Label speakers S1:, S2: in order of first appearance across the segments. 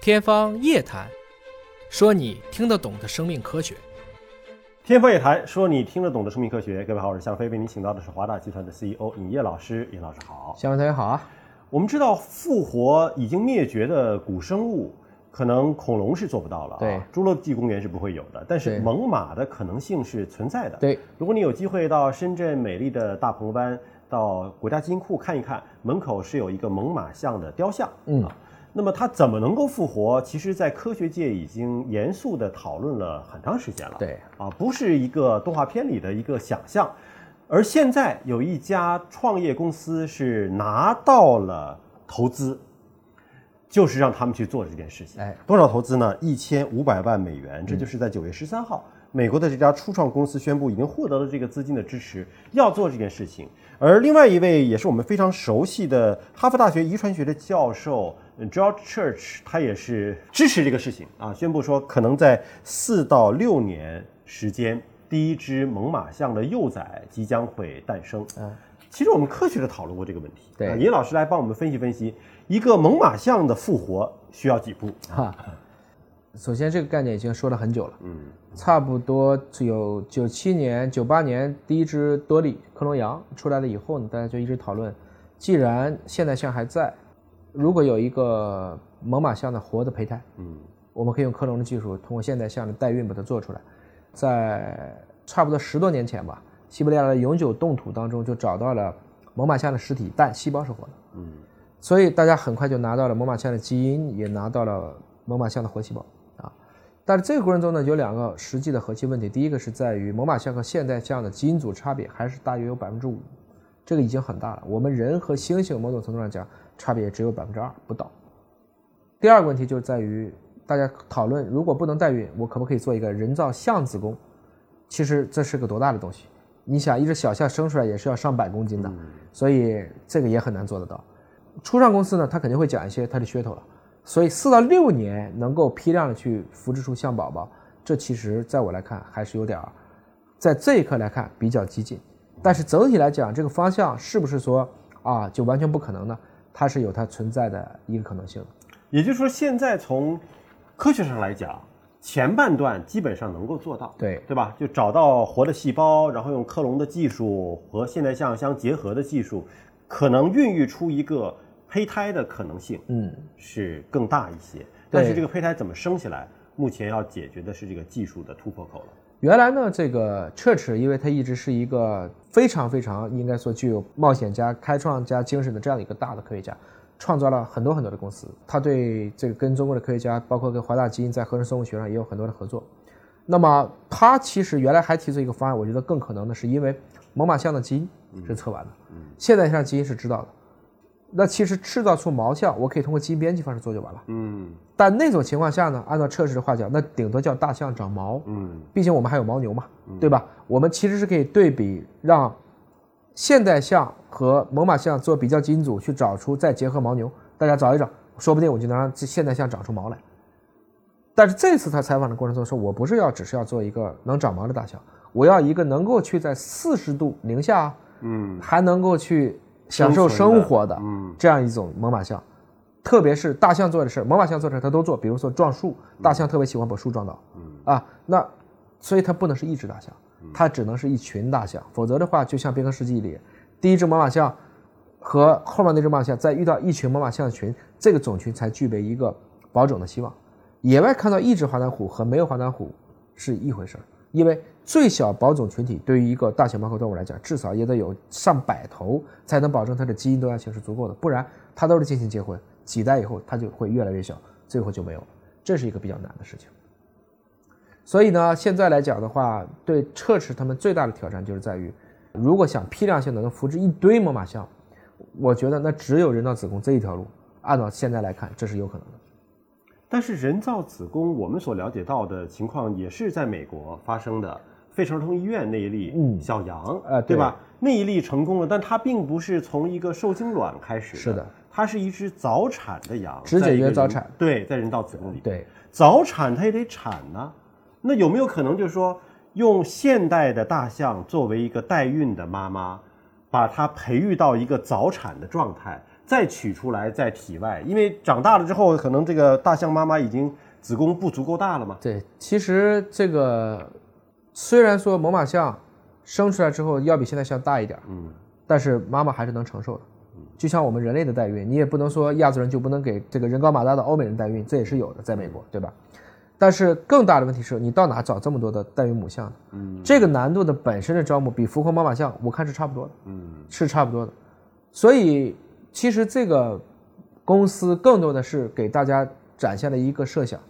S1: 天方夜谭，说你听得懂的生命科学。
S2: 天方夜谭，说你听得懂的生命科学。各位好，我是向飞，为您请到的是华大集团的 CEO 尹烨老师。尹老师好，
S3: 向飞同学好啊。
S2: 我们知道复活已经灭绝的古生物，可能恐龙是做不到了、啊，
S3: 对，
S2: 侏罗纪公园是不会有的，但是
S3: 对
S2: 猛犸的可能性是存在的。
S3: 对，
S2: 如果你有机会到深圳美丽的大鹏湾，到国家基因库看一看，门口是有一个猛犸象的雕像。
S3: 嗯
S2: 啊，那么它怎么能够复活？其实，在科学界已经严肃的讨论了很长时间了。
S3: 对，
S2: 啊，不是一个动画片里的一个想象。而现在有一家创业公司是拿到了投资，就是让他们去做这件事情。
S3: 哎，
S2: 多少投资呢？一千五百万美元，这就是在九月十三号，美国的这家初创公司宣布已经获得了这个资金的支持，要做这件事情。而另外一位也是我们非常熟悉的哈佛大学遗传学的教授嗯 George Church，他也是支持这个事情啊，宣布说可能在四到六年时间，第一只猛犸象的幼崽即将会诞生。
S3: 嗯，
S2: 其实我们科学的讨论过这个问题。
S3: 对
S2: 啊尹老师来帮我们分析分析，一个猛犸象的复活需要几步？
S3: 哈，啊首先这个概念已经说了很久了，
S2: 嗯，
S3: 差不多只有九七年、九八年第一只多利克隆羊出来了以后呢，大家就一直讨论，既然现代象还在，如果有一个猛犸象的活的胚胎，
S2: 嗯，
S3: 我们可以用克隆的技术，通过现代象的代孕把它做出来。在差不多十多年前吧，西伯利亚的永久冻土当中就找到了猛犸象的尸体，但细胞是活的。
S2: 嗯，
S3: 所以大家很快就拿到了猛犸象的基因，也拿到了猛犸象的活细胞啊。但是这个过程中呢，有两个实际的核心问题。第一个是在于猛犸象和现代象的基因组差别还是大约有百分之五，这个已经很大了。我们人和猩猩某种程度上讲，差别只有百分之二不到。第二个问题就是在于大家讨论，如果不能代孕，我可不可以做一个人造象子宫？其实这是个多大的东西？你想，一只小象生出来也是要上百公斤的，所以这个也很难做得到。初创公司呢，它肯定会讲一些它的噱头了，所以四到六年能够批量的去复制出象宝宝，这其实在我来看还是有点儿，在这一刻来看比较激进。但是整体来讲，这个方向是不是说啊就完全不可能呢？它是有它存在的一个可能性的。
S2: 也就是说，现在从科学上来讲，前半段基本上能够做到，
S3: 对
S2: 对吧？就找到活的细胞，然后用克隆的技术和现代象相结合的技术，可能孕育出一个胚胎的可能性
S3: 嗯，
S2: 是更大一些。但是
S3: 对
S2: 这个胚胎怎么生起来，目前要解决的是这个技术的突破口了。
S3: 原来呢，这个 Church 因为他一直是一个非常非常应该说具有冒险家、开创家精神的这样一个大的科学家，创造了很多很多的公司。他对这个跟中国的科学家，包括跟华大基因在合成生物学上也有很多的合作。那么他其实原来还提出一个方案，我觉得更可能的是因为猛犸象的基因是测完的，现代象基因是知道的。那其实制造出毛象，我可以通过基因编辑方式做就完了。
S2: 嗯
S3: 但那种情况下呢，按照测试的话讲，那顶多叫大象长毛。
S2: 嗯
S3: 毕竟我们还有牦牛嘛，对吧？我们其实是可以对比，让现代象和猛犸象做比较基因组，去找出再结合牦牛，大家找一找，说不定我就能让这现代象长出毛来。但是这次他采访的过程中说，我不是要只是要做一个能长毛的大象，我要一个能够去在四十度零下
S2: 嗯
S3: 还能够去享受
S2: 生存的
S3: 生活的
S2: 嗯
S3: 这样一种猛犸象。特别是大象做的事儿，猛犸象做的事儿它都做，比如说撞树，
S2: 嗯
S3: 大象特别喜欢把树撞倒，啊，那所以它不能是一只大象，它只能是一群大象，否则的话，就像《冰河世纪》里，第一只猛犸象和后面那只猛犸象再遇到一群猛犸象群，这个种群才具备一个保种的希望。野外看到一只华南虎和没有华南虎是一回事儿，因为最小保种群体对于一个大型猫科动物来讲，至少也得有上百头，才能保证它的基因多样性是足够的，不然它都是进行结婚，几代以后它就会越来越小，最后就没有了，这是一个比较难的事情。所以呢，现在来讲的话，对彻齿他们最大的挑战就是在于，如果想批量性的能复制一堆猛犸象，我觉得那只有人造子宫这一条路，按照现在来看，这是有可能的。
S2: 但是人造子宫，我们所了解到的情况也是在美国发生的，费城儿童医院那一例，
S3: 嗯
S2: 小羊，
S3: 呃
S2: 对吧？那一例成功了，但它并不是从一个受精卵开始，
S3: 是的，
S2: 它是一只早产的羊，
S3: 只解
S2: 在一个
S3: 决
S2: 人
S3: 早产，
S2: 对，在人造子宫里，
S3: 对，
S2: 早产它也得产呢、那有没有可能就是说，用现代的大象作为一个代孕的妈妈，把它培育到一个早产的状态，再取出来在体外，因为长大了之后，可能这个大象妈妈已经子宫不足够大了嘛。
S3: 对，其实这个虽然说猛犸象生出来之后要比现在象大一点，嗯，但是妈妈还是能承受的。就像我们人类的代孕，你也不能说亚洲人就不能给这个人高马大的欧美人代孕，这也是有的，在美国，对吧？但是更大的问题是你到哪找这么多的代孕母象呢？嗯，这个难度的本身的招募比浮空猛犸象，我看是差不多的，嗯，是差不多的。所以其实这个公司更多的是给大家展现了一个设想，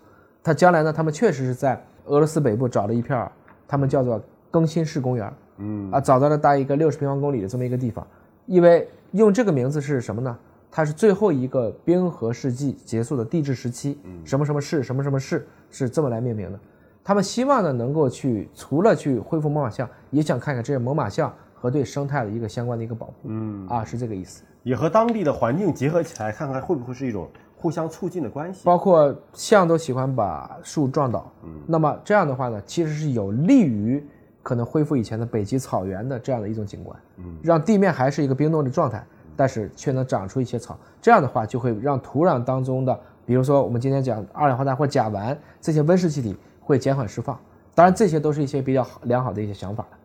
S3: 它将来呢，他们确实是在俄罗斯北部找了一片儿，他们叫做更新市公园，嗯，啊，找到了大概一个六十平方公里的这么一个地方，因为用这个名字是什么呢？它是最后一个冰河世纪结束的地质时期，什么什么市，什么什么市是这么来命名的。他们希望呢，能够去除了去恢复猛犸象，也想看看这些猛犸象和对生态的一个相关的一个保护，嗯，啊，是这个意思。
S2: 也和当地的环境结合起来，看看会不会是一种互相促进的关系。
S3: 包括象都喜欢把树撞倒，
S2: 嗯
S3: 那么这样的话呢，其实是有利于可能恢复以前的北极草原的这样的一种景观，
S2: 嗯
S3: 让地面还是一个冰冻的状态，但是却能长出一些草，这样的话就会让土壤当中的，比如说我们今天讲二氧化碳或甲烷这些温室气体会减缓释放，当然这些都是一些比较好良好的一些想法了，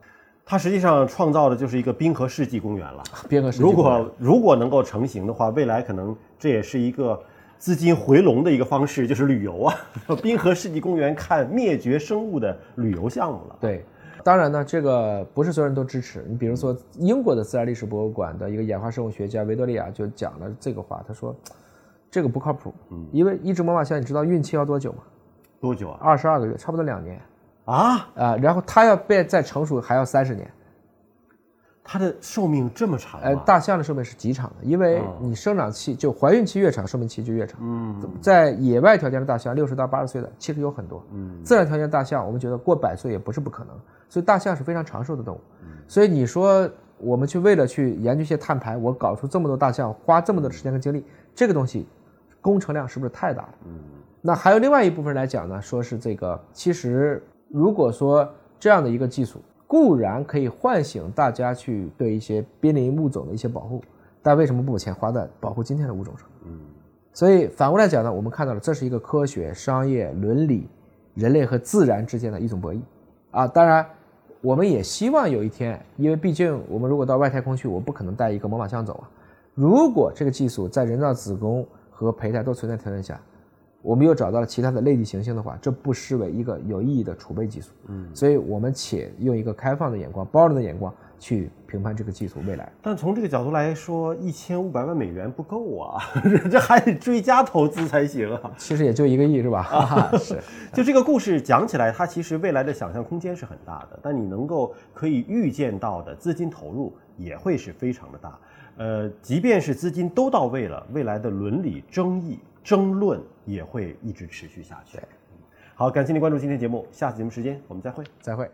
S2: 它实际上创造的就是一个冰河世纪公园了。
S3: 边个世纪
S2: 如
S3: 公园
S2: 果如果能够成型的话，未来可能这也是一个资金回笼的一个方式，就是旅游啊， 滨河世纪公园看灭绝生物的旅游项目了。
S3: 对，当然呢，这个不是所有人都支持。你比如说，英国的自然历史博物馆的一个演化生物学家维多利亚就讲了这个话，他说这个不靠谱，因为一只猛犸象，你知道孕期要多久吗？
S2: 多久啊？
S3: 二十二个月，差不多两年
S2: 啊，
S3: 啊、然后它要变再成熟还要三十年。
S2: 它的寿命这么长吗？啊
S3: 呃，大象的寿命是极长的，因为你生长期就怀孕期越长，寿命期就越长。嗯，在野外条件的大象，六十到八十岁的其实有很多。嗯，自然条件大象，我们觉得过百岁也不是不可能，所以大象是非常长寿的动物。所以你说我们去为了去研究一些碳排，我搞出这么多大象，花这么多的时间跟精力，这个东西工程量是不是太大了？那还有另外一部分来讲呢，说是这个，其实如果说这样的一个技术，固然可以唤醒大家去对一些濒临物种的一些保护，但为什么不把钱花在保护今天的物种上？嗯，所以反过来讲呢，我们看到了这是一个科学、商业、伦理、人类和自然之间的一种博弈啊。当然，我们也希望有一天，因为毕竟我们如果到外太空去，我不可能带一个猛犸象走啊。如果这个技术在人造子宫和胚胎都存在条件下，我们又找到了其他的类地行星的话，这不失为一个有意义的储备技术。嗯，所以我们且用一个开放的眼光、包容的眼光去评判这个技术未来。
S2: 但从这个角度来说，一千五百万美元不够啊， 这还得追加投资才行啊。
S3: 其实也就一个亿是吧？哈哈，是。
S2: 就这个故事讲起来，它其实未来的想象空间是很大的，但你能够可以预见到的资金投入也会是非常的大。呃，即便是资金都到位了，未来的伦理争议、争论也会一直持续下去。好，感谢您关注今天节目，下次节目时间我们再会。
S3: 再会。